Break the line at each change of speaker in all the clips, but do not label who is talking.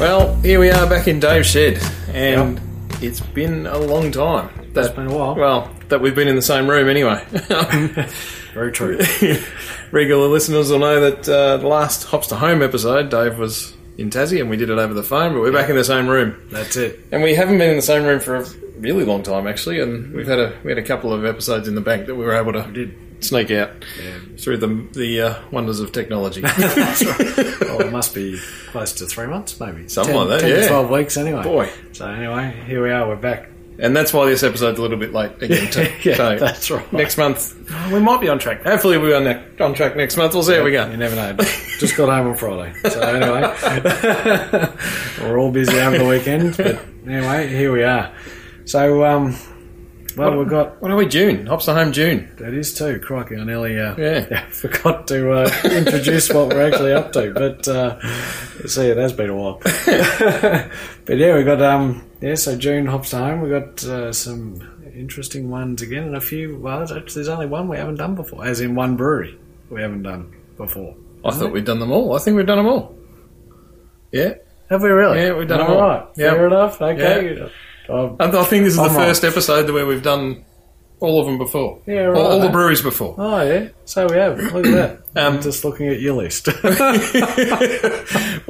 Well, here we are back in Dave's shed, and it's been a long time.
That's been a while.
Well, that we've been in the same room anyway.
Very true.
Regular listeners will know that uh, the last Hops to Home episode, Dave was in Tassie and we did it over the phone, but we're back in the same room.
That's it.
And we haven't been in the same room for a really long time, actually, and we've had a, we had a couple of episodes in the bank that we were able to
did.
sneak out
Yeah.
through the, the uh, wonders of technology.
That's right. Well, Oh, it must be close to three months, maybe.
Something
10
like that,
10 to
yeah.
12 weeks, anyway.
Boy.
So, anyway, here we are. We're back.
And that's why this episode's a little bit late again, too.
Yeah,
So,
that's right.
Next month,
we might be on track.
Hopefully we'll Oh, be on, ne- on track next month. We'll see how we
You
go.
never know. Just got home on Friday. So, anyway, we're all busy over the weekend. But, anyway, here we are. So, um, well, we've got.
What are we, June? Hops to home June.
That is too. Crikey, I nearly uh,
Yeah.
forgot to uh, introduce what we're actually up to. But uh, see, it has been a while. but yeah, we got um yeah. So June hops to home. We got uh, some interesting ones again, and a few others. Actually, there's only one we haven't done before, as in one brewery we haven't done before.
I thought we'd done them all. I think we've done them all. Yeah.
Have we really?
Yeah, we've done
all
them all.
right.
Yeah.
Fair enough. Okay. Uh,
I, I think this is
I'm
the
right.
first episode where we've done all of them before.
Yeah,
All, all
right.
the breweries before.
Oh yeah, so we have. Look at that. I'm
Um,
just looking at your list.
we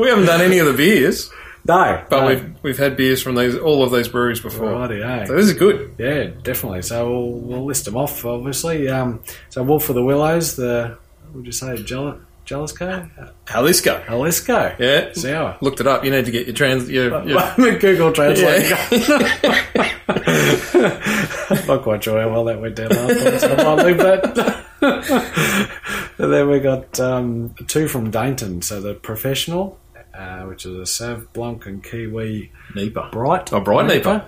haven't done any of the beers,
no,
but
no.
we've we've had beers from these all of these breweries before.
Righty, eh?
So this is good.
Yeah, definitely. So we'll, we'll list them off, obviously. Um, so Wolf of the Willows, the, what would you say, Jal- Jalisco? Uh,
Jalisco.
Jalisco.
Yeah.
Sour.
Looked it up. You need to get your trans. Your, your,
Google Translate.
Yeah.
Not quite sure how well that went down last time, so I might leave that. and then we got um, two from Dainton. So the Professional, uh, which is a Sav Blanc and Kiwi
Neighbour.
Bright.
Oh, Bright Neighbour.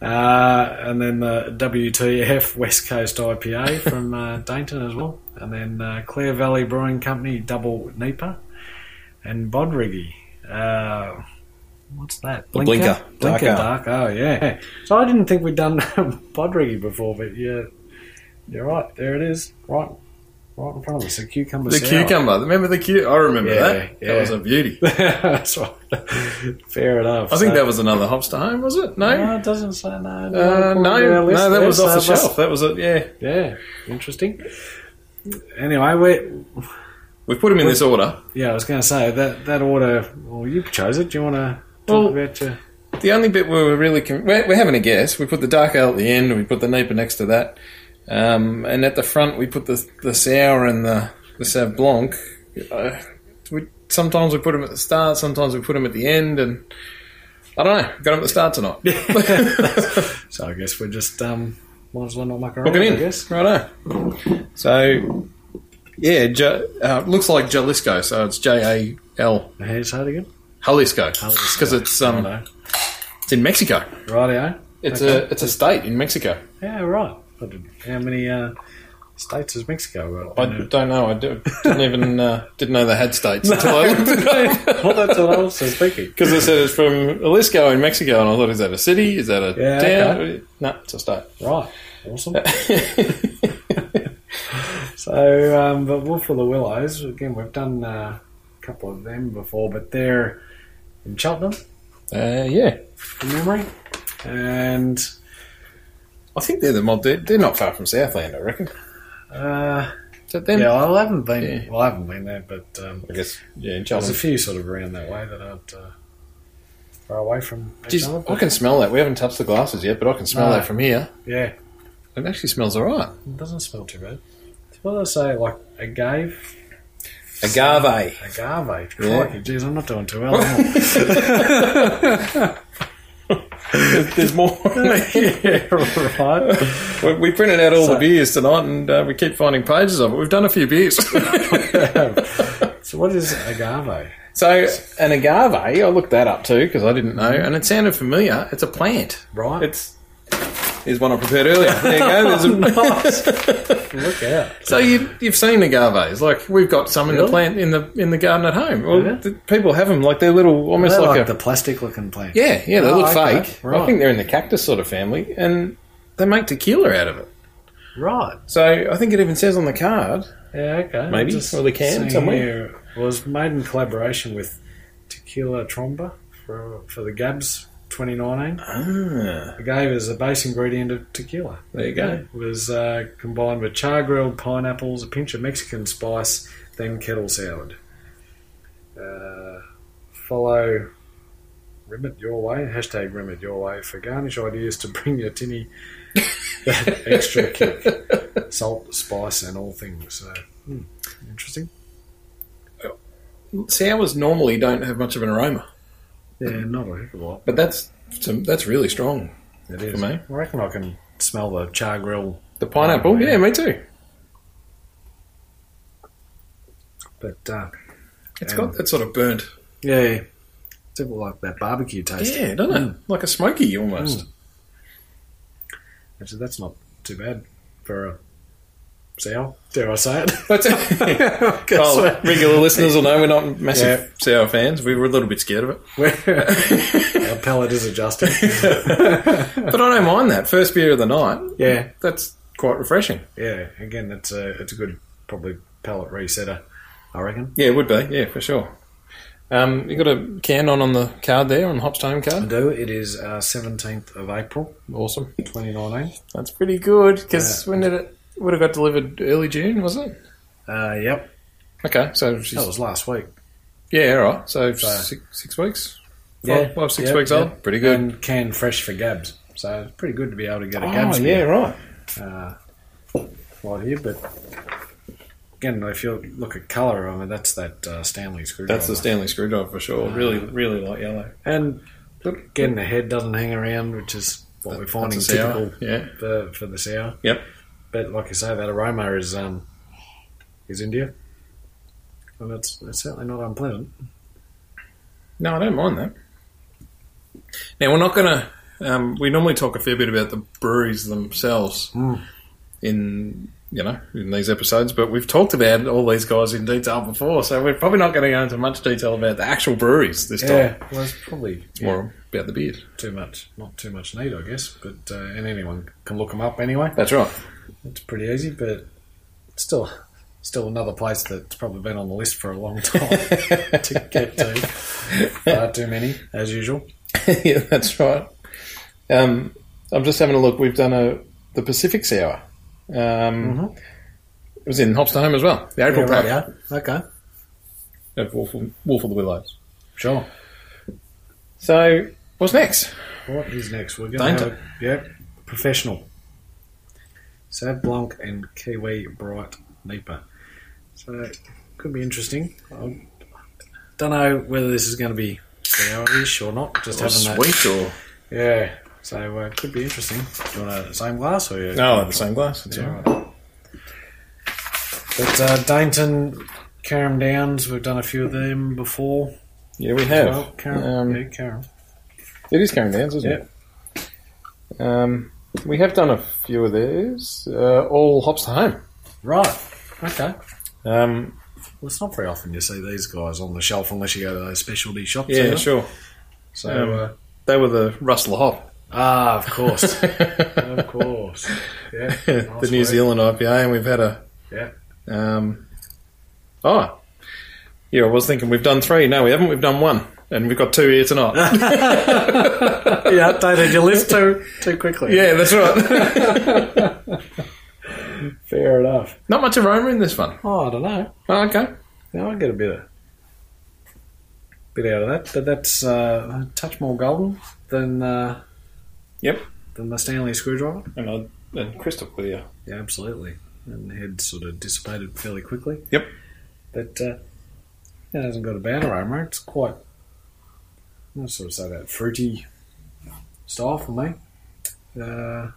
Uh, and then the WTF West Coast IPA from uh, Dainton as well. And then uh, Clare Valley Brewing Company Double Nipa. And Bodriggy. Uh, what's that?
The Blinker.
Blinker
Dark
Dark. Oh, yeah. So I didn't think we'd done Bodriggy before, but yeah, you're right. There it is. Right right in front of us. The cucumber
The
sour.
cucumber. Remember the cu? I remember
Yeah,
that.
yeah.
That was a beauty.
That's right. Fair enough.
I think
So-
that was another hops to home, was it? No,
No, it doesn't say no.
uh, no, no, that was off the
shelf.
shelf. That was it. Yeah,
Yeah, interesting. Anyway, we
we put them in this order.
yeah, I was going to say that that order. Well, you chose it. Do you want to
Well-
talk about your?
The only bit where we're really con- we're, we're having a guess. We put the dark ale at the end. We put the Napa next to that, um, and at the front we put the the sour and the the Sauv Blanc. Uh, we, sometimes we put them at the start. Sometimes we put them at the end, and I don't know. Got them at the start tonight.
So I guess we're just um, might as well not muck
Book
around.
it
I
in.
guess.
Righto. So, yeah, J- uh, it looks like Jalisco, so it's J A L
Now, How do you say it again?
Jalisco.
Jalisco.
Because it's um,
Righto.
it's in Mexico.
Rightio.
It's
Okay.
a it's a state in Mexico.
Yeah, right. I didn't- How many uh, states has Mexico got?
I don't know. I do- didn't even uh, didn't know they had states until I looked it up.
well, that's what I was thinking.
Because they said it's from Jalisco in Mexico, and I thought, is that a city? Is that a
Yeah,
town? No, it's a state.
Right. Awesome. So, um, but Wolf of the Willows, again, we've done uh, a couple of them before, but they're in Cheltenham,
uh, yeah,
from memory. And
I think they're the mod. They're, they're not far from Southland, I reckon.
uh,
Is that them?
yeah, I haven't been.
Yeah.
Well, I haven't been there, but um,
I guess. Yeah, in
there's a
Cheltenham.
few sort of around that way that aren't uh, far away from each
Jeez,
other.
I
but-
can smell that. We haven't touched the glasses yet, but I can smell
No.
that from here.
Yeah,
It actually smells all right.
it doesn't smell too bad. What do they say? Like agave,
Agave.
agave.
Yeah.
Crikey, geez, I'm not doing too well. am I?
There's, there's more.
yeah, right.
We- we printed out all
So-
the beers tonight, and uh, we keep finding pages of it. We've done a few beers.
So, what is agave?
so an agave, I looked that up too because I didn't know, and it sounded familiar. It's a plant.
Right.
It's is one I prepared earlier. There you go. There's a,
Look out.
So you, you've seen agaves, like we've got some in the
Really?
plant in the in the garden at home. Well,
Yeah.
the, people have them like they're little, almost
They're
like,
like,
a
the plastic looking plant.
yeah, yeah. They
Oh,
look
okay.
fake. I
Right.
think they're in the cactus sort of family, and they make tequila out of it.
Right.
So I think it even says on the card.
Yeah, okay.
Maybe. Or they can
seeing
somewhere.
here, was made in collaboration with Tequila Tromba for, for the Gabs 2019.
Ah,
I gave as a base ingredient of tequila.
there you go.
It was uh, combined with char grilled pineapples, a pinch of Mexican spice, then kettle salad. Uh, follow Rim It Your Way, hashtag Rim It Your Way for garnish ideas to bring your tinny that extra kick. Salt, spice, and all things. So, hmm, interesting.
Sours normally don't have much of an aroma,
Yeah, not a heck of a lot.
but that's some, that's really strong.
It
For
is.
me.
I reckon I can smell the char grill,
The pineapple,
Oh, yeah.
yeah, me too.
but uh,
It's
Yeah.
got that sort of burnt,
yeah, yeah. it's a bit like that barbecue taste.
yeah, doesn't
Mm.
it? Like a smoky almost.
Actually, that's not too bad for a sour. Dare I say it?
That's
Okay,
well,
so-
regular listeners will know we're not massive sour fans. We were a little bit scared of it,
Our palate is adjusting.
but I don't mind that first beer of the night.
yeah,
That's quite refreshing.
yeah. Again, it's a it's a good probably palate resetter. I reckon.
Yeah, it would be. Yeah, for sure. Um, you got a can on on the card there on Hop's Home
I
card.
do. It is uh, seventeenth of April,
Awesome.
twenty nineteen.
That's pretty good because when did it would have got delivered? Early June was it?
Uh, yep,
Okay, so she's,
that was last week.
yeah, all right. So,
So-
six, six weeks.
Yeah,
five, five, six
yep,
weeks
yep.
old. Pretty good.
And canned fresh for Gabs, so it's pretty good to be able to get a
Oh,
Gabs beer
right.
uh, right here. But again, if you look at colour, I mean that's that uh, Stanley screwdriver.
That's the Stanley screwdriver for sure. Really, really light yellow.
And look, getting the head doesn't hang around, which is what we're finding
That's a sour.
typical
Yeah,
for, for the sour.
Yep.
But like you say, that aroma is um, is India, and that's that's certainly not unpleasant.
no, I don't mind that. Now we're not gonna. Um, we normally talk a fair bit about the breweries themselves
Mm.
in you know in these episodes, but we've talked about all these guys in detail before, so we're probably not going to go into much detail about the actual breweries this time.
well, it's probably
It's more about the beers.
too much, not too much need, I guess. But uh, and anyone can look them up anyway.
That's right.
It's pretty easy, but it's still still another place that's probably been on the list for a long time to get to. Far too many, as usual.
yeah, that's right. Um, I'm just having a look. We've done a the Pacific Sour. Um,
Mhm.
It was in Hopstone Home as well. The April
Yeah,
yeah,
right, yeah. Okay,
of Wolf, Wolf of the Willows.
sure.
So what's next?
What is next? We're going
Dainty.
to have, yep, professional. Sav Blanc and Kiwi Bright Nipa. So could be interesting. I don't know whether this is going to be sourish or not. Just having
or
that. Yeah. So uh, could be interesting. Do you want a same glass or you?
no? The same glass. That's
Yeah,
all right.
right. But uh, Dainton, Caram Downs. We've done a few of them before.
Yeah, we have.
Well, Caram,
Um,
yeah, Caram.
It is Karen Downs, isn't it? Um, we have done a few of theirs. Uh, all hops to home.
Right. Okay.
Um,
Well, it's not very often you see these guys on the shelf unless you go to those specialty shops.
yeah,
either.
sure.
So,
Um,
uh,
They were the Rustler Hop,
ah, of course, of
the
course. Yeah, nice
New
work.
Zealand IPA, and we've had a.
Yeah.
Um, oh, yeah. I was thinking we've done three. No, we haven't. We've done one, and we've got two here tonight.
You updated your list too too quickly.
yeah, that's right.
fair enough.
Not much aroma in this one.
Oh, I don't know.
Oh, okay.
Yeah, I get a bit of bit out of that, but that's uh, a touch more golden than uh,
Yep.
than the Stanley screwdriver.
And, I, and crystal clear.
Yeah, absolutely. And the head sort of dissipated fairly quickly.
Yep.
But uh, it hasn't got a bad aroma. It's quite, I'd sort of say that fruity style for me. Uh,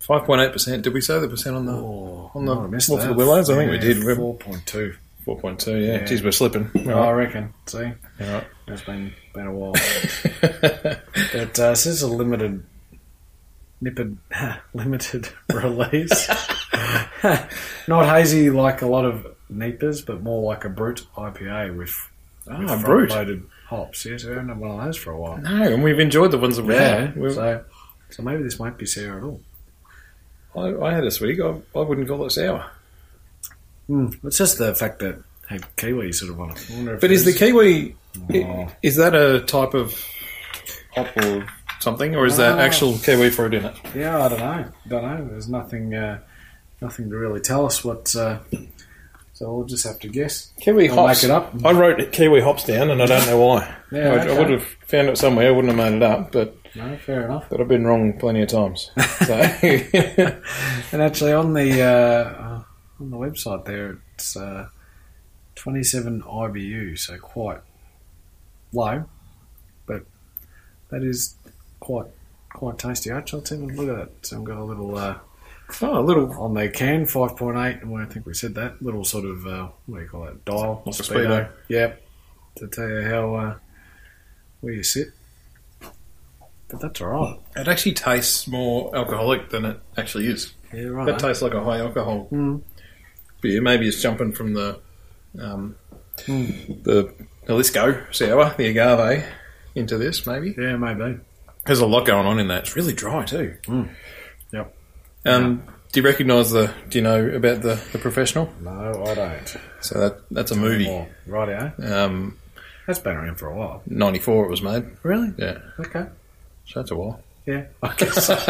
Five point eight percent. Did we say the percent on the?
oh,
on the
I missed
Wolf of
that.
the Willows? I think we did. We-
4.2.
Four point two. Yeah.
Yeah.
Geez, we're slipping.
I reckon. See?
All right.
It's been, been a while. but uh, this is a limited. Nipped, limited release. Not hazy like a lot of Nipas, but more like a brute IPA with with
ah,
front
brute.
loaded hops. Yes, we haven't had one of those for a while.
No, and we've enjoyed the ones that we had. We've-
So, so maybe this won't be sour at all.
I, I had a swig. I, I wouldn't call it sour.
It's Hmm, just the fact that Hey, Kiwi sort of on it. I wonder if
But
it
is the kiwi
Oh.
is that a type of hop or something, or is that
Ah.
actual kiwi fruit in it?
Yeah, I don't know. I don't know. There's nothing, uh, nothing to really tell us what. Uh, so we'll just have to guess.
Kiwi
We'll
hops.
make it up.
I wrote kiwi hops down, and I don't know why.
Yeah,
I,
okay.
would have found it somewhere. I wouldn't have made it up, but
No, fair enough.
but I've been wrong plenty of times. So
And actually, on the uh, on the website there, it's uh, 27 IBU, so quite low, but that is quite quite tasty. Actually, let's have a look at that. So I've got a little uh,
oh, a little
on the can 5.8, and I think we said that little sort of uh, what do you call that dial?
Like a speedo.
Yep, to tell you how uh, where you sit. But that's all right.
It actually tastes more alcoholic than it actually is.
Yeah, right.
That tastes like a high alcohol
Mm.
beer. Maybe it's jumping from the um,
Mm.
the Jalisco sour, the agave, into this. Maybe
yeah, maybe.
there's a lot going on in that. It's really dry too.
Mm. Yep.
Um, Do you recognise the? Do you know about the the professional?
No, I don't.
So that that's a movie.
Oh, rightio.
Um,
That's been around for a while.
Ninety four it was made.
Really?
Yeah,
Okay.
so that's a while.
Yeah. I guess.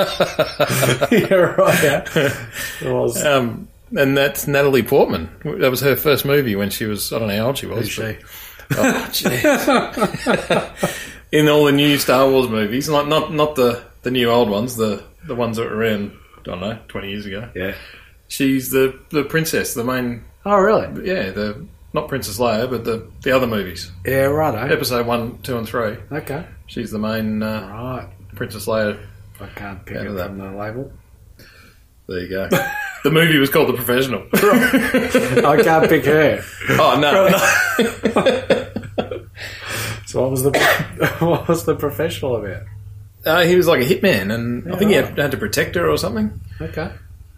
yeah, right. It was.
um, and that's Natalie Portman. That was her first movie when she was I don't know how old she was.
Who's
but-
she?
Oh, jeez. in all the new Star Wars movies, like not not the the new old ones, the the ones that were around, I don't know, twenty years ago.
Yeah.
She's the the princess, the main,
Oh, really?
yeah, the not Princess Leia, but the the other movies,
Yeah, righto.
episode one, two, and three.
Okay.
She's the main uh,
Right.
Princess Leia.
I can't pick
Out of
it
that.
from the label.
There you go. the movie was called The Professional.
I can't pick her.
oh no.
So what was the what was the professional about?
uh, he was like a hitman, and I think he
Yeah.
had, had to protect her or something.
Okay.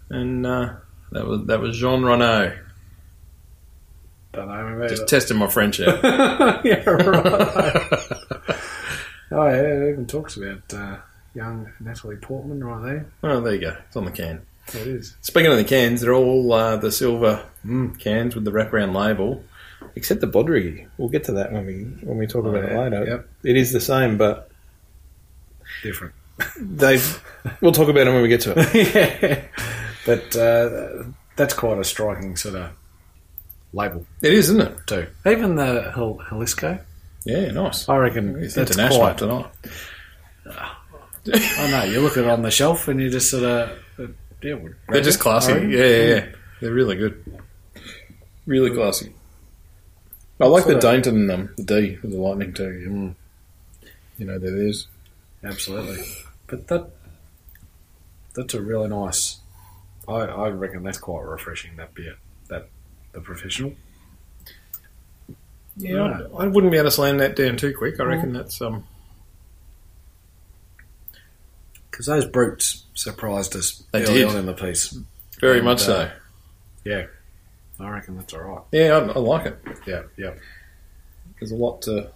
and uh, that was that was Jean Renault.
Don't know about
Just
it.
testing my French out.
yeah, right. oh, yeah. It even talks about uh, young Natalie Portman right there.
oh, there you go. It's on the can.
There it is.
Speaking of the cans, they're all uh, the silver
Mm.
cans with the wraparound label, except the Bodrigi. We'll get to that when we when we talk
Oh,
about
yeah.
it later.
Yep.
It is the same, but
Different.
they've. We'll talk about it when we get to it.
but uh, that's quite a striking sort of label
It is, isn't it?
too. Even the Jal- Jalisco,
Yeah, nice.
I reckon
It's
that's
international
quite.
tonight.
I know you look at it on the shelf and you just sort of. Yeah, we're-
They're just classy.
I reckon.
Yeah, yeah, yeah. They're really good. Really classy. I like the
Sort
Dainton, um, the D with the lightning too. yeah.
Mm.
You know, there is.
absolutely. But that that's a really nice. I, I reckon that's quite refreshing. That beer, that the professional.
Yeah,
Right.
I I wouldn't be able to slam that down too quick. I reckon that's um.
Because those brutes surprised us
They
early
did.
on in the piece.
Very
And,
much
uh,
so.
I reckon that's all right.
Yeah, I, I like it.
Yeah, yeah.
There's a lot to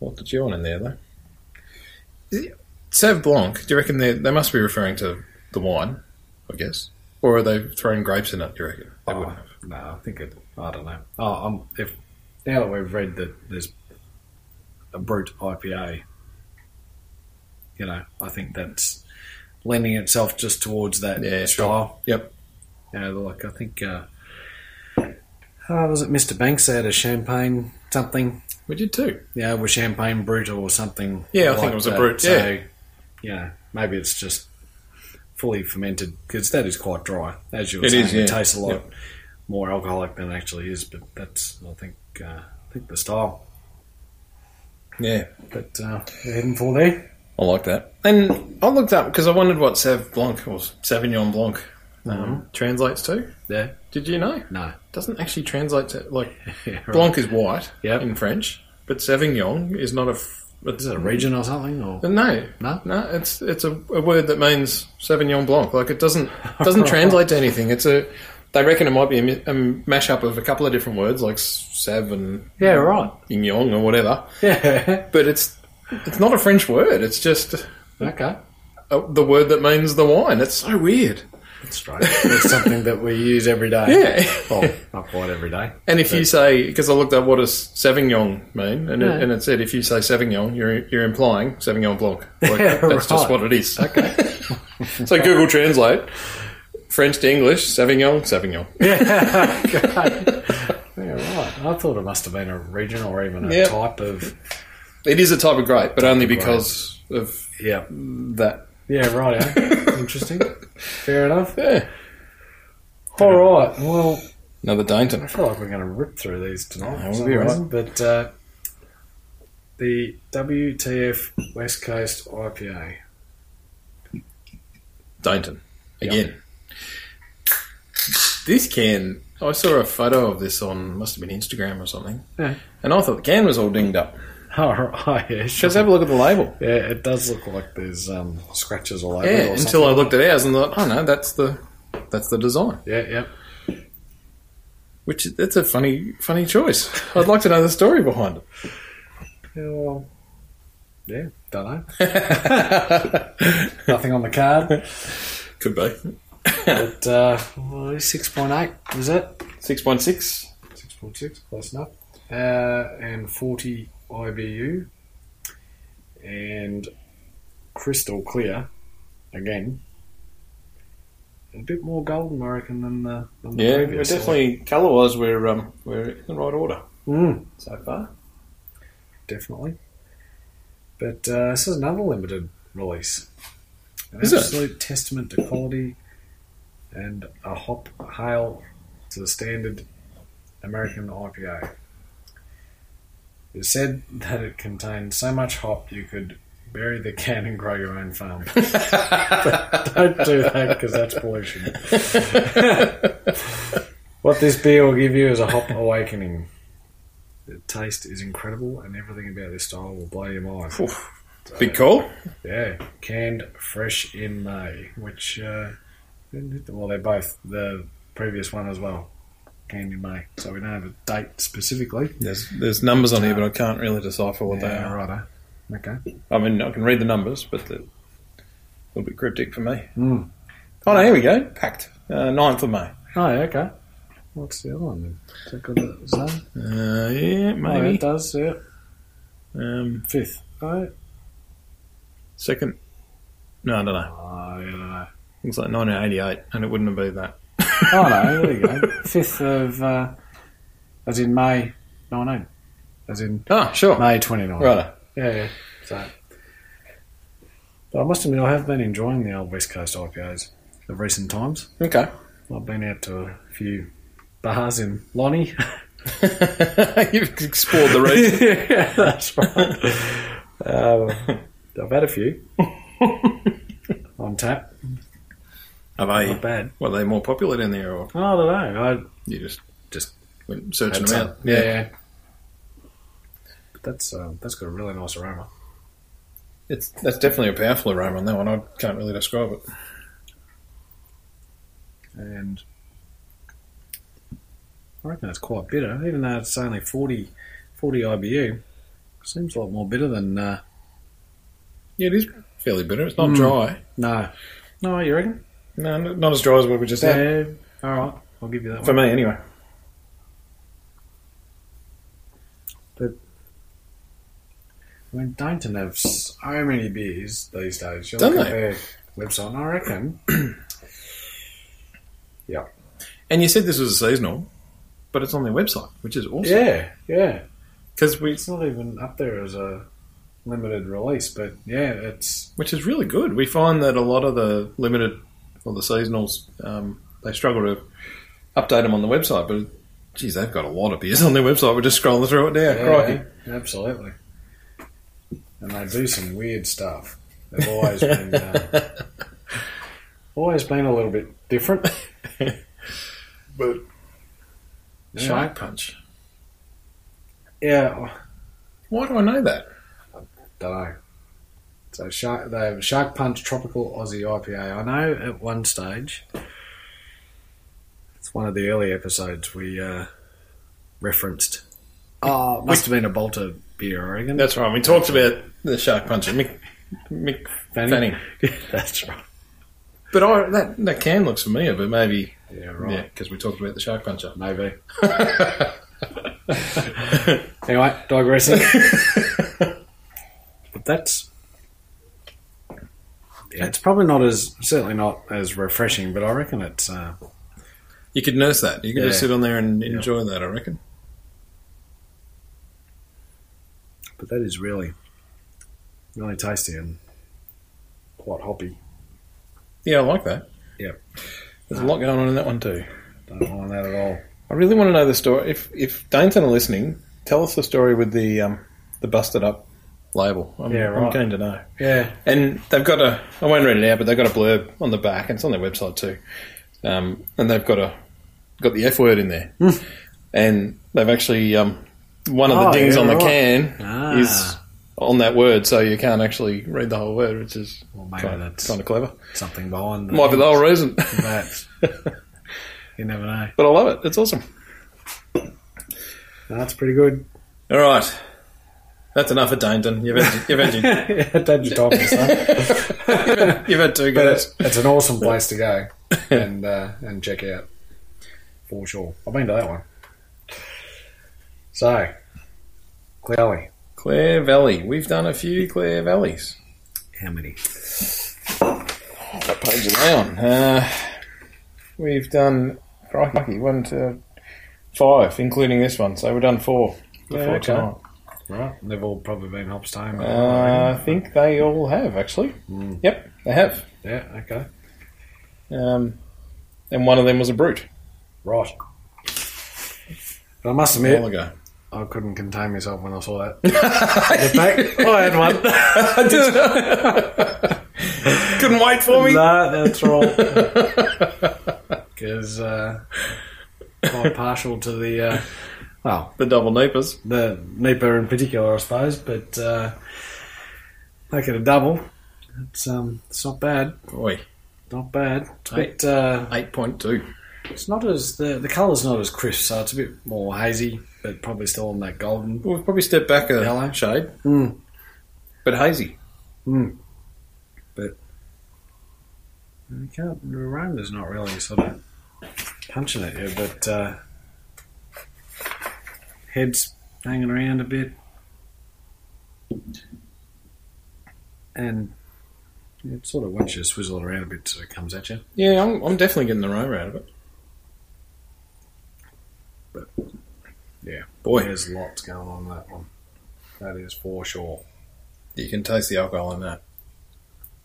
lot to chew on in there, though. Is it- Sauv Blanc. Do you reckon they they must be referring to the wine? I guess, or are they throwing grapes in it? Do you reckon? They
Oh,
wouldn't have.
No, I think it. I don't know. Oh, I'm, if now that we've read that there's a brute IPA, you know, I think that's lending itself just towards that
Yeah,
style.
Yep.
You know, like I think, uh, uh, was it Mr. Banks had a champagne something?
We did too.
Yeah, with champagne brute or something.
Yeah, I think
like
it was a
that.
brute,
So,
yeah.
you know, maybe it's just fully fermented because that is quite dry, as you were
It
saying.
is, yeah.
It tastes a lot
Yep.
more alcoholic than it actually is, but that's I think uh, I think the style.
Yeah,
But uh, we're heading for there.
I like that. And I looked up because I wondered what Sauv Blanc or Sauvignon Blanc um, translates to.
Yeah.
Did you know?
No.
Doesn't actually translate to like
yeah, right.
Blanc is white
Yep.
in French, but Sauvignon is not a. f- It's
Is it a region or something? Or
No,
No?
no. It's it's a, a word that means Sauvignon Blanc. Like it doesn't doesn't translate to anything. It's a. They reckon it might be a, mi- a mashup of a couple of different words like Sav and
yeah, right.
Yong or whatever.
Yeah.
But it's it's not a French word. It's just
okay.
a, the word that means the wine. It's so weird.
That's right. It's something that we use every day.
Yeah.
Well, not quite every day.
And if you say, because I looked up what does Sauvignon mean, and,
Yeah.
it, and it said if you say Sauvignon, you're you're implying Sauvignon Blanc. Like,
Yeah,
that's just
right.
what it is. Okay. so Google Translate French to English, Sauvignon, Sauvignon.
Yeah. God. yeah, right. I thought it must have been a region or even a
Yeah.
type of.
It is a type of grape, but only
of grape.
because of
Yeah.
that.
Yeah, right. eh? Interesting. Fair enough.
Yeah.
All right. Well,
Another Dainton.
I feel like we're going to rip through these tonight.
No,
for
we'll
some
be all
reason, But uh, the WTF West Coast IPA.
Dainton. Again. This can, I saw a photo of this on, must have been Instagram or something.
Yeah.
And I thought the can was all dinged up.
All right. Yeah, sure.
Just have a look at the label.
yeah, it does look like there's um, scratches all over it.
Yeah,
Or
until I
something.
looked at ours and thought, oh no, that's the that's the design.
Yeah, yeah.
Which that's a funny funny choice. I'd like to know the story behind it.
Yeah, well, yeah, don't know.
Could
Nothing on the card.
be
But uh, well, 6.8 was it?
six point six.
6.6, close enough. Uh, and 40 IBU. And crystal clear, again. A bit more golden, I reckon, than the, than the
Yeah, we're
previous one.
definitely colour wise we're um we're in the right order
Mm,
so far.
definitely. But uh, this is another limited release. An
Is it?
absolute testament to quality and a hop hail to the standard American IPA. It said that it contained so much hop you could bury the can and grow your own farm. Don't do that because that's pollution. What this beer will give you is a hop awakening. The taste is incredible, and everything about this style will blow your mind.
Big call.
Yeah, canned fresh in May, which uh, well, they're both the previous one as well, canned in May. So we don't have a date specifically.
There's there's numbers on here, but I can't really decipher what they
Yeah,
are.
righto. Okay.
I mean, I can read the numbers, but they're a little bit cryptic for me.
Mm.
Oh no, here we go. Packed. Uh, 9th of May.
Oh, yeah, okay. What's the other one then? Is that got the same?
Uh, yeah,
Oh, it
maybe.
does. Yeah,
Um,
fifth. Oh,
second. No, I don't know.
oh yeah, I don't know.
It's like 1988, and it wouldn't have been that.
Oh no, there you go. Fifth of uh, as in May nineteen, as in
Ah, sure.
May twenty nine.
Right.
Yeah, yeah. So, but I must admit, I have been enjoying the old West Coast IPAs of recent times.
Okay.
I've been out to a few bars in Lonnie.
You've explored the region.
yeah, that's right. um, I've had a few on tap.
Are they?
Not bad. Oh,
Were they more popular down there, or
I don't know.
you just
Just
went
I
searching them
had some.
out?
Yeah, yeah. But that's um, that's got a really nice aroma.
It's that's definitely a powerful aroma on that one. I can't really describe it.
and I reckon it's quite bitter, even though it's only 40, 40 IBU. Seems a lot more bitter than uh,
Yeah, it is fairly bitter. It's not
Mm.
dry.
no, no. You reckon?
No, n- not as dry as what we just had.
Yeah. All right, I'll give you that
For
one.
me, anyway.
I mean, Dainton have so many beers these days. You
Don't
look at
they?
their website, and I reckon.
And you said this was a seasonal, but it's on their website, which is awesome.
Yeah, yeah.
Because we,
It's not even up there as a limited release, but yeah, it's
which is really good. We find that a lot of the limited or the seasonals, um, they struggle to update them on the website. But geez, they've got a lot of beers on their website. We're just scrolling through it now. Crikey!
absolutely. And they do some weird stuff. They've always been uh, always been a little bit different.
But
Yeah.
Shark Punch.
Yeah,
Why do I know that?
don't know. So shark, they have Shark Punch Tropical Aussie IPA. I know at one stage, it's one of the early episodes we uh, referenced. Oh, it must have been a Bolter beer, I reckon.
That's right. We talked about the Shark Punch. Mick, Mick
Fanning.
Fanning.
That's right.
But I, that, that can look familiar, but maybe,
Yeah,
yeah,
right.
'cause because we talked about the shark puncher.
Maybe. Anyway, digressing. but that's yeah, it's probably not as certainly not as refreshing, but I reckon it's uh,
You could nurse that. You could just
Yeah.
sit on there and
Yeah.
enjoy that, I reckon.
but that is really really tasty and quite hoppy.
Yeah, I like that.
Yeah.
There's a lot going on in that one, too.
Don't mind that at all.
I really want to know the story. If, if Daneton are listening, tell us the story with the, um, the busted up label. I'm,
Yeah,
I'm
right.
keen to know.
Yeah.
And they've got a, I won't read it out, but they've got a blurb on the back, and it's on their website too. Um, and they've got a, got the F word in there. and they've actually, um, one of the
Hmm. Oh,
dings
yeah,
on the
right.
can
Ah.
is on that word, so you can't actually read the whole word, which is
Well, maybe
kind of,
that's
kind of clever.
something behind.
Might be the whole reason.
Perhaps. you never know.
but I love it. It's awesome.
No, that's pretty good.
All right. That's enough of Dainton. You've had, you've had, your,
Don't you talk
you've had two
But
goes.
it's, it's an awesome place to go and uh, and check out for sure. I've been to that one. So, Clowley.
Clare Valley. We've done a few Clare Valleys.
How many?
What page are they on? Uh, we've done crikey, one to five, including this one. So we've done four.
Yeah,
Four
okay.
tonight.
Right, and they've all probably been Hopstone.
Uh, I think they all have actually.
Mm.
Yep, they have.
Yeah. Okay.
Um, and one of them was a brute
Right. But I must
a while
admit,
ago.
I couldn't contain myself when I saw that. The back- I had one.
Couldn't wait for me.
No, that's right. Because uh, quite partial to the uh, well,
The double neepers.
the Nipa in particular, I suppose, but uh, make it a double. It's um, it's not bad,
Oi,
not bad. It's a bit, uh,
eight point two.
it's not as the the colour's not as crisp, so it's a bit more hazy, but probably still on that golden.
We've probably stepped back a
Yellow.
shade,
Mm.
but hazy.
Mm. But you can't. The aroma's not really sort of punching at you, but uh, heads hanging around a bit, and it sort of once you swizzle it around a bit, so it comes at you.
Yeah, I'm, I'm definitely getting the aroma out of it. Boy.
there's lots going on in that one. That is for sure.
You can taste the alcohol in that.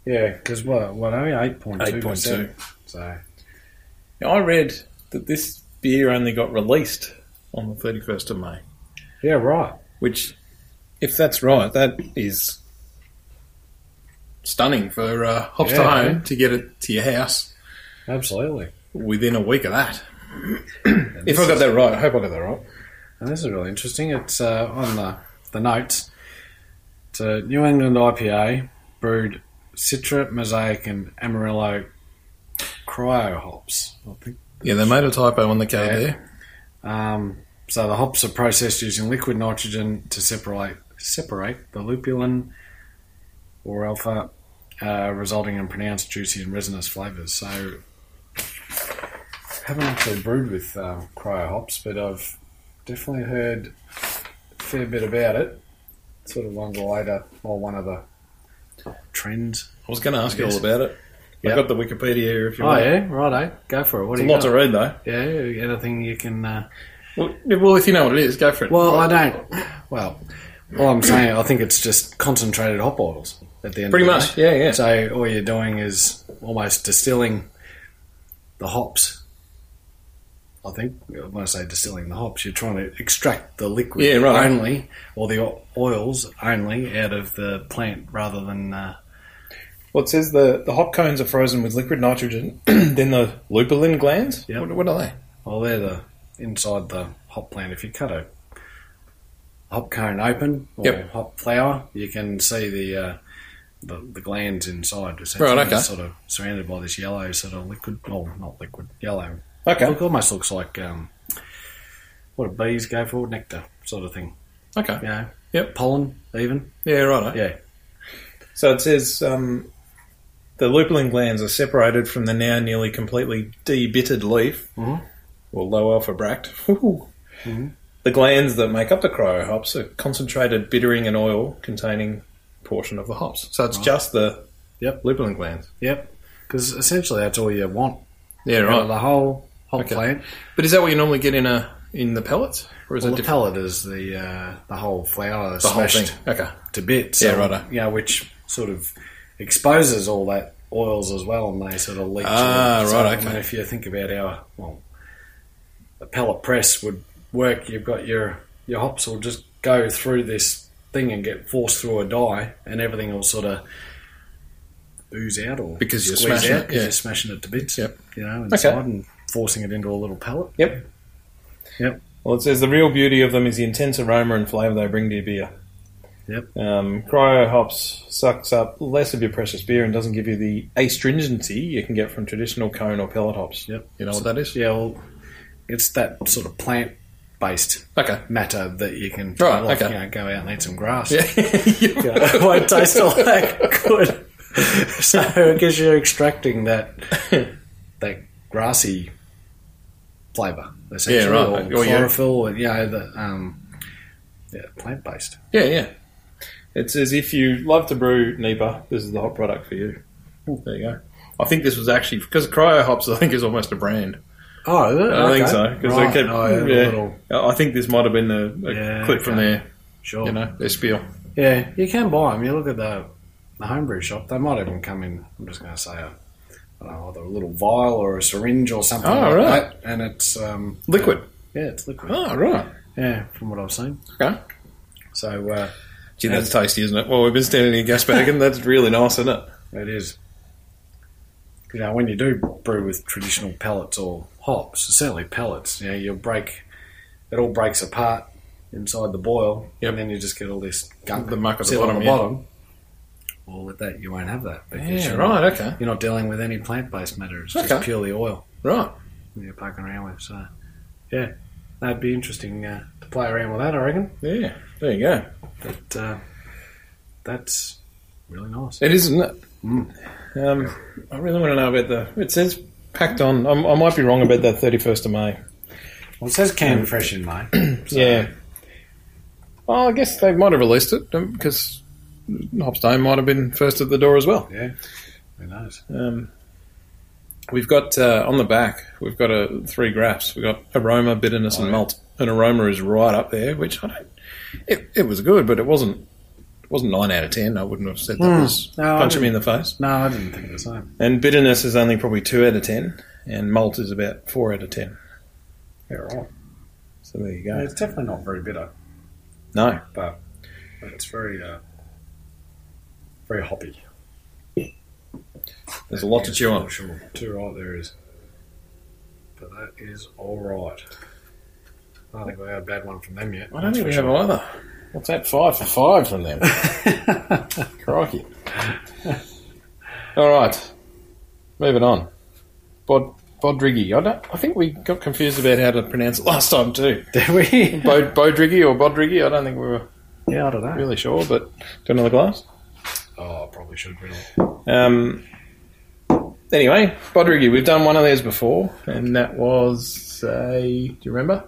Yeah, because what what are we? Eight point two.
8.2.
So
Now, I read that this beer only got released on the 31st of May,
yeah, right.
which, if that's right, that is stunning for uh, Hops to
Yeah.
Home to get it to your house
Absolutely.
within a week of that.
And
If
this
I got
is-
that right, I hope I got that right.
And this is really interesting. It's uh, on the, the notes. It's a New England IPA brewed Citra, Mosaic, and Amarillo cryo hops. I think.
Yeah, they made a typo on the K
Yeah.
there.
Um, so the hops are processed using liquid nitrogen to separate separate the lupulin or alpha, uh, resulting in pronounced juicy and resinous flavours. So haven't actually brewed with uh, cryo hops, but I've definitely heard a fair bit about it. Sort of one of the later or one of the trends.
I was going to ask you all
Yes.
about it.
Yeah.
I've got the Wikipedia here if you
Oh
want.
yeah, right. Go for it. What
It's
do
a
you
lot
got?
to read, though.
yeah, anything you can. Uh,
Well, yeah, well, if you know what it is, go for it.
Well, I don't. Well, all I'm saying, I think it's just concentrated hop oils at the end.
Pretty
of the
much,
day.
yeah, yeah.
So all you're doing is almost distilling the hops. I think when I say distilling the hops, you're trying to extract the liquid
Yeah, right.
only, or the o- oils only, out of the plant rather than. Uh,
Well, it says the, the hop cones are frozen with liquid nitrogen, then the lupulin glands.
Yep.
What, what are they?
well, they're the inside the hop plant. If you cut a hop cone open or
Yep.
hop flower, you can see the uh, the, the glands inside.
Right, okay.
It's sort of surrounded by this yellow sort of liquid. Oh, not liquid, yellow.
Okay.
Look, almost looks like um, what do bees go for nectar sort of thing.
Okay.
You know,
Yep.
pollen even.
Yeah, right.
Yeah,
So it says um, the lupulin glands are separated from the now nearly completely debitted leaf,
Mhm.
or low alpha bract.
Mm-hmm.
The glands that make up the cryo hops are concentrated bittering and oil containing portion of the hops. So it's
Right.
just the
Yep.
lupulin glands.
Yep. Because essentially that's all you want.
Yeah,
Out of
right.
the whole hop
Okay.
plant.
But is that what you normally get in a in the pellets, or is
Well,
it
the
different?
pellet is the uh, the whole flower
The whole
smashed
thing. Okay.
to bits.
Yeah, righto.
Yeah, which sort of exposes all that oils as well, and they sort of leach.
Ah,
out.
right,
I
okay.
mean, if you think about our well, the pellet press would work. You've got your your hops will just go through this thing and get forced through a die, and everything will sort of ooze out or
Because you're
squeeze
smashing
out
it,
because
yeah.
you're smashing it to bits.
Yep.
You know, inside and forcing it into a little pellet.
Yep.
Yep.
Well, it says the real beauty of them is the intense aroma and flavour they bring to your beer.
Yep.
Um, cryo hops sucks up less of your precious beer and doesn't give you the astringency you can get from traditional cone or pellet hops.
Yep.
You know what that is?
Yeah, well, it's that sort of plant based
Okay.
matter that you can
Right,
like,
okay.
you know, go out and eat some grass.
Yeah.
You know, it won't taste all that good. So I guess you're extracting that that grassy flavour, essentially,
Yeah, right.
or
Or you-
chlorophyll, and you know the um, yeah, plant based.
Yeah, yeah. It says if you love to brew Nipa, this is the hot product for you. There you go. I think this was actually because Cryo Hops, I think, is almost a brand.
Oh,
I think so because
right.
they kept.
Oh, yeah, the
yeah.
little-
I think this might have been a, a
Yeah,
clip from
okay.
their,
sure.
you know, their spiel.
Yeah, you can buy them. You look at the, the homebrew shop; they might even come in. I'm just going to say a, I don't know, either a little vial or a syringe or something.
Oh,
like
right.
That, and it's um,
Liquid.
yeah, it's liquid.
Oh, right.
Yeah, from what I've seen.
Okay.
So uh,
Gee, that's tasty, isn't it? Well, we've been standing in a gas bag, and that's really nice, isn't it?
it is. You know, when you do brew with traditional pellets or hops, certainly pellets, you know, you'll break. It all breaks apart inside the boil,
Yep.
and then you just get all this gunk,
The muck at the
sit on
bottom,
the
yeah.
bottom. Well, with that, you won't have that. because
Yeah,
you're not-
right, okay.
You're not dealing with any plant based matter. It's
Okay.
just purely oil
Right.
that you're poking around with. So, yeah, that'd be interesting uh, to play around with that, I reckon.
Yeah. There you go.
But uh, that's really nice.
It is, isn't it?
Mm.
Um, I really want to know about the. It says packed on. I'm, I might be wrong about that 31st of May.
Well, it says canned fresh in May. so-
Yeah. Well, I guess they might have released it because Hopstone might have been first at the door as well.
Yeah. Who knows?
Um, we've got uh, on the back. We've got uh, three graphs. We've got aroma, bitterness,
Oh,
and
yeah.
malt. And aroma is right up there, which I don't. It, it was good, but it wasn't. It wasn't nine out of ten. I wouldn't have said that
Hmm.
was
No, I
punching me in the face.
No, I didn't think the same.
And bitterness is only probably two out of ten, and malt is about four out of ten.
Yeah, right.
So there you
Yeah,
go.
it's definitely not very bitter,
No,
but it's very, uh, very hoppy.
there's a lot to chew on.
Sure. Too right there is. But that is all right. I don't think we had a bad one from them yet.
I don't think we have either. What's that? Five for five from them. Crikey. All right. Moving on. Bod, Bodrigi. I, don't, I think we got confused about how to pronounce it last time, too.
Did we?
Bod, Bodrigi or Bodrigi? I don't think we were
yeah, I don't know.
really sure, but do you want another glass?
Oh, I probably should really.
Um, anyway, Bodrigi. We've done one of these before, and that was a. Do you remember?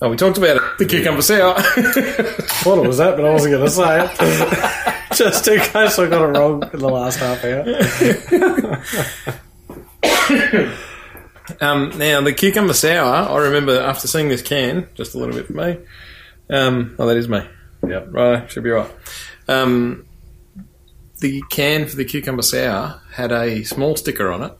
Oh, we talked about it. The cucumber sour.
thought it was that, but I wasn't going to say it. Just in case I got it wrong in the last half hour.
Um, now the cucumber sour, I remember after seeing this can, just a little bit for me. Um, oh, that is me.
Yep.
Right, should be right. Um, the can for the cucumber sour had a small sticker on it,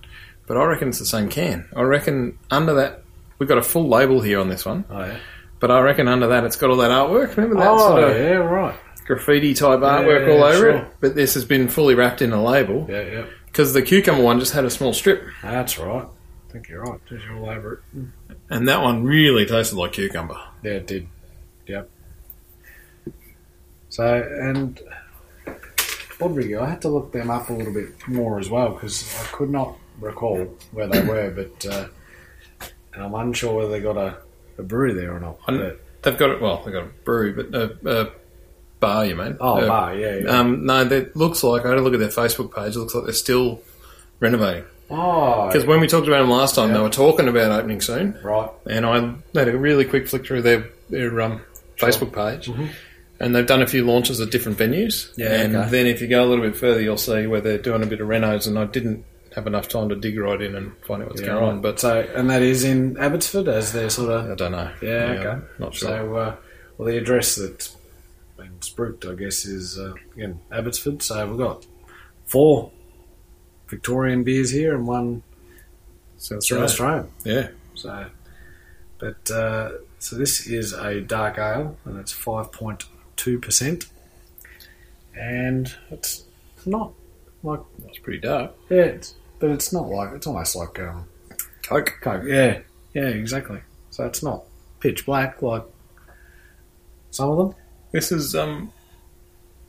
but I reckon it's the same can. I reckon under that we've got a full label here on this one,
Oh, yeah.
but I reckon under that it's got all that artwork. Remember that
Oh,
sort of
yeah, right.
graffiti type artwork
yeah,
all over
sure.
it? But this has been fully wrapped in a label
Yeah, yeah.
because the cucumber one just had a small strip.
That's right. I think you're right. Just all over it.
And that one really tasted like cucumber.
Yeah, it did. Yep. So, and Bodrigi, I had to look them up a little bit more as well because I could not recall where they were, but uh, and I'm unsure whether they got a, a brewery there or not.
Un-
But
They've got it. Well, they've got a brew, but a, a uh, bar, you mean?
Oh,
Uh,
bar, yeah. yeah.
Um, no, that looks like I had a look at their Facebook page. It looks like they're still renovating
oh,
because when we talked about them last time, they were talking about opening soon,
right.
and I had a really quick flick through their their um, Facebook page.
Mhm.
And they've done a few launches at different venues.
Yeah,
and
okay.
then if you go a little bit further, you'll see where they're doing a bit of renos. And I didn't have enough time to dig right in and find out what's
Yeah,
going on.
right.
But
so, and that is in Abbotsford as their sort of
I don't know.
Yeah, okay.
Not sure.
So, uh, well, the address that's been spruiked, I guess, is uh, again Abbotsford. So we've got four Victorian beers here and one
South
South
Australia.
Australian.
Yeah.
So, but uh, so this is a dark ale, and it's five point two percent, and it's not like
That's pretty dark.
yeah, it's, but it's not like it's almost like um,
Coke.
Coke. Yeah, yeah, exactly. So it's not pitch black like some of them.
This is um,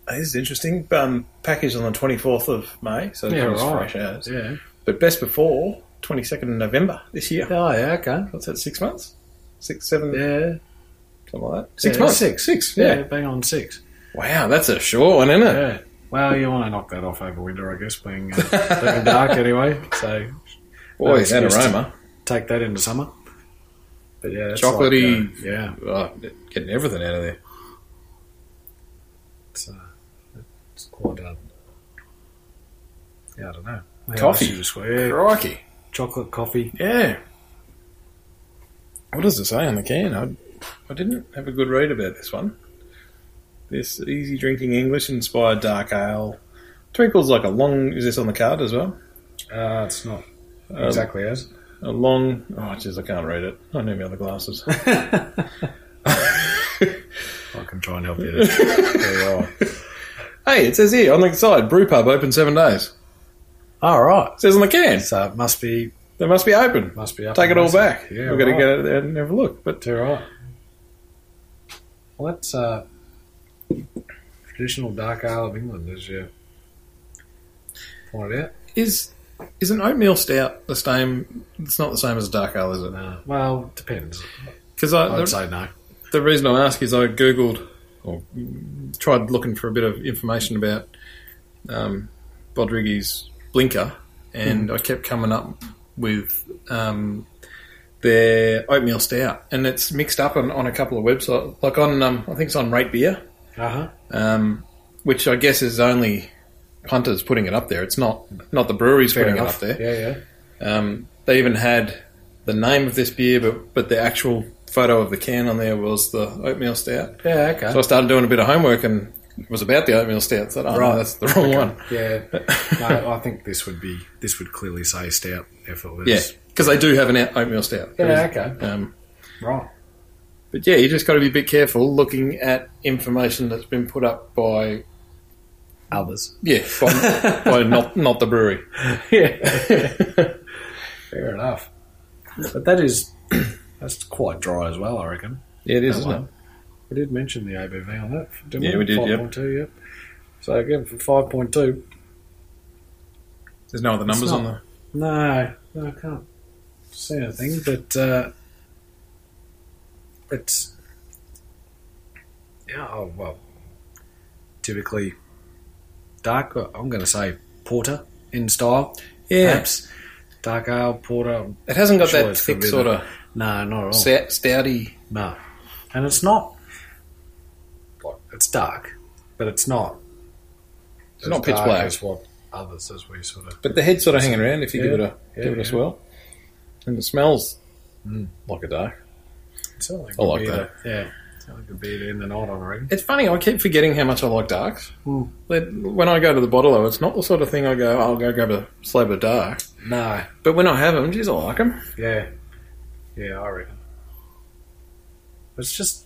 this is interesting. Um, packaged on the twenty fourth of May, so
Yeah,
it was
right.
fresh as.
Yeah.
But best before twenty second of November this year.
Oh yeah, okay.
What's that? Six months? Six, seven,
Yeah,
something like that.
Yeah, six.
six.
yeah,
Yeah.
bang on six.
Wow, that's a short one, isn't it?
Yeah. Well, you want to knock that off over winter, I guess, being uh, being dark anyway. So
Boy,
That's
that
just-
aroma.
take that into summer. But yeah, that's
Chocolatey.
like, uh, yeah,
Oh, getting everything out of there.
it's, uh, it's quite. Uh, yeah, I don't know. How
Coffee.
else you describe- yeah,
Crikey.
chocolate coffee.
Yeah. What does it say on the can? I, I didn't have a good read about this one. This easy drinking English inspired dark ale. Twinkles like a long. Is this on the card as well?
Uh, it's not
Um,
exactly as.
A long. Oh, jeez, I can't read it. I need my other glasses.
I can try and help you. There you are.
hey, it says here on the side brew pub open seven days.
All right.
It says on the can.
So it must be
They must be open.
must be up
Take it
and
all
racing.
back.
Oh, Yeah,
We've got
right.
to get out there and have a look. But
They're right. Well, that's uh, traditional dark ale of England, as you pointed out.
is is an oatmeal stout the same? It's not the same as a dark ale, is it?
No. Well, depends.
Because I,
I'd
the,
say no.
The reason I ask is I googled or tried looking for a bit of information about um, Bodriggy's Blinker,
Hmm.
and I kept coming up with um, their oatmeal stout, and it's mixed up on, on a couple of websites, like on um, I think it's on Rate Beer,
Uh huh.
um, which I guess is only punters putting it up there. It's not not the breweries
Fair
putting
enough.
it up there.
Yeah, yeah.
Um, they even had the name of this beer, but but the actual photo of the can on there was the oatmeal stout.
Yeah, okay.
So I started doing a bit of homework and it was about the oatmeal stout. So oh,
Right.
right. that's the wrong one.
yeah. No, I think this would be this would clearly say stout if it was.
Yeah, because they do have an out- oatmeal stout.
Yeah, okay.
Um,
Right.
but yeah, you just got to be a bit careful looking at information that's been put up by
Others.
yeah by, by not not the brewery.
yeah. Fair enough. But that is that's quite dry as well, I reckon.
Yeah, it is,
That
isn't
one.
it?
We did mention the ABV on that, didn't we?
Yeah, we did, yep.
5.2, yep. So again, for five point two,
There's no other numbers on the.
no, no, I can't see anything. But uh, it's yeah, oh, well, typically dark. uh, I'm going to say porter in style, perhaps dark ale porter.
it hasn't got
Sure,
that
it's
thick
forbidden.
sort of
No, not at all.
stout, stouty.
No. And it's not. Like, it's dark, but it's not.
It's not pitch
dark
black.
As what others, as we sort of.
But the head's sort of hanging around if you
Yeah.
give it a
Yeah,
give it a
yeah.
swirl, and it smells
Mm.
like a dark.
It's not like
I
a
like
beer
that.
Yeah. It's not like a beer to end the night on, I reckon.
It's funny, I keep forgetting how much I like darks.
Mm.
But When I go to the bottle, though, it's not the sort of thing I go, "Oh, I'll go grab a slab of dark.
No.
But when I have them, geez, I like them.
Yeah. Yeah, I reckon. It's just.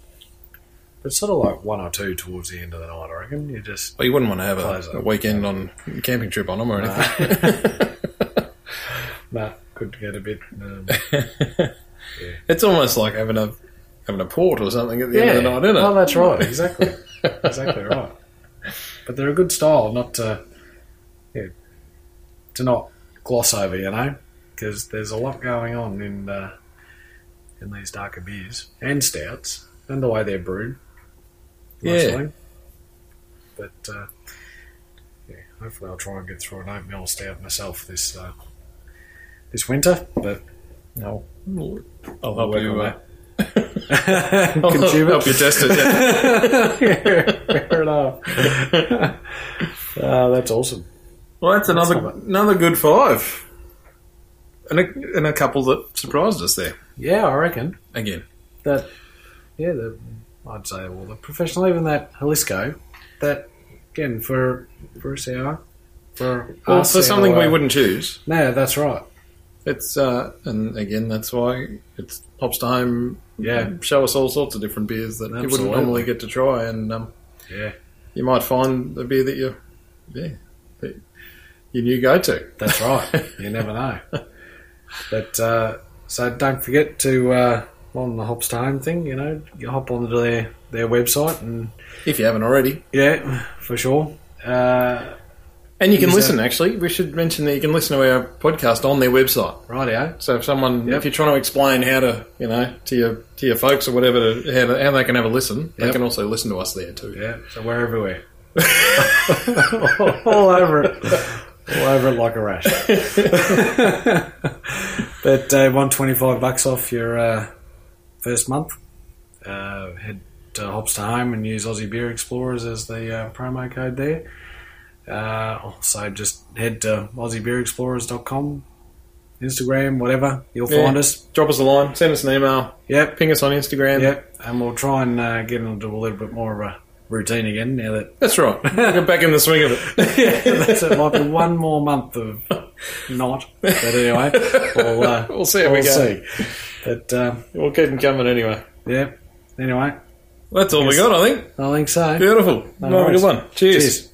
It's sort of like one or two towards the end of the night, I reckon. You just.
Well, you wouldn't want to have
Close
a,
it.
a weekend on camping trip on them or
No.
anything.
Nah, could get a bit. Um,
it's almost like having a having a port or something at the end of the night, isn't it?
Oh, that's right. Exactly. exactly right. But they're a good style, not to yeah, to not gloss over, you know, because there's a lot going on in uh, in these darker beers and stouts and the way they're brewed.
Yeah.
mostly. But uh, yeah, hopefully I'll try and get through an oatmeal stout myself this uh, this winter. But no,
I'll
I'll
help
work
you.
my
Uh,
way.
I'll
Consumer.
help you test it. Yeah.
Fair enough. uh, that's awesome.
Well, that's another
not bad.
another good five, and a, and a couple that surprised us there
Yeah, I reckon
again.
that. Yeah, the, I'd say all the professional, even that Jalisco, that again for for a sour, for
Well,
a
for something we
sour-
wouldn't choose,
No, that's right.
it's uh, and again that's why it's hops to home.
Yeah,
show us all sorts of different beers that you
Absolutely.
wouldn't normally get to try, and um,
yeah,
you might find a beer that you, yeah, that your new go to.
that's right. you never know. But uh, so don't forget to uh, on the Hops Time thing. You know, you hop onto their their website and
If you haven't already,
yeah, for sure. Uh,
and you can
Is that-
listen. Actually, we should mention that you can listen to our podcast on their website.
rightio.
So if someone,
Yep.
if you're trying to explain how to, you know, to your to your folks or whatever, to, how, to, how they can have a listen, they
Yep.
can also listen to us there too.
Yeah, so we're everywhere. all over it. All over it like a rash. but uh, 125 bucks off your uh, first month. Uh, head to Hops to Home and use Aussie Beer Explorers as the uh, promo code there. Uh, also, just head to aussiebeerexplorers.com, Instagram, whatever. You'll
Yeah.
find us.
Drop us a line, send us an email,
Yep.
ping us on Instagram.
Yep. And we'll try and uh, get into a little bit more of a routine again now that
That's right. Get back in the swing of it.
yeah, that's it. Might be one more month of not. But anyway, we'll, uh,
We'll see how we
we'll
go.
see. But um,
We'll keep them coming anyway.
yeah, anyway,
That's all we
Yes.
got, I think.
I think so.
Beautiful.
No
Well,
worries.
good one. Cheers.
Cheers.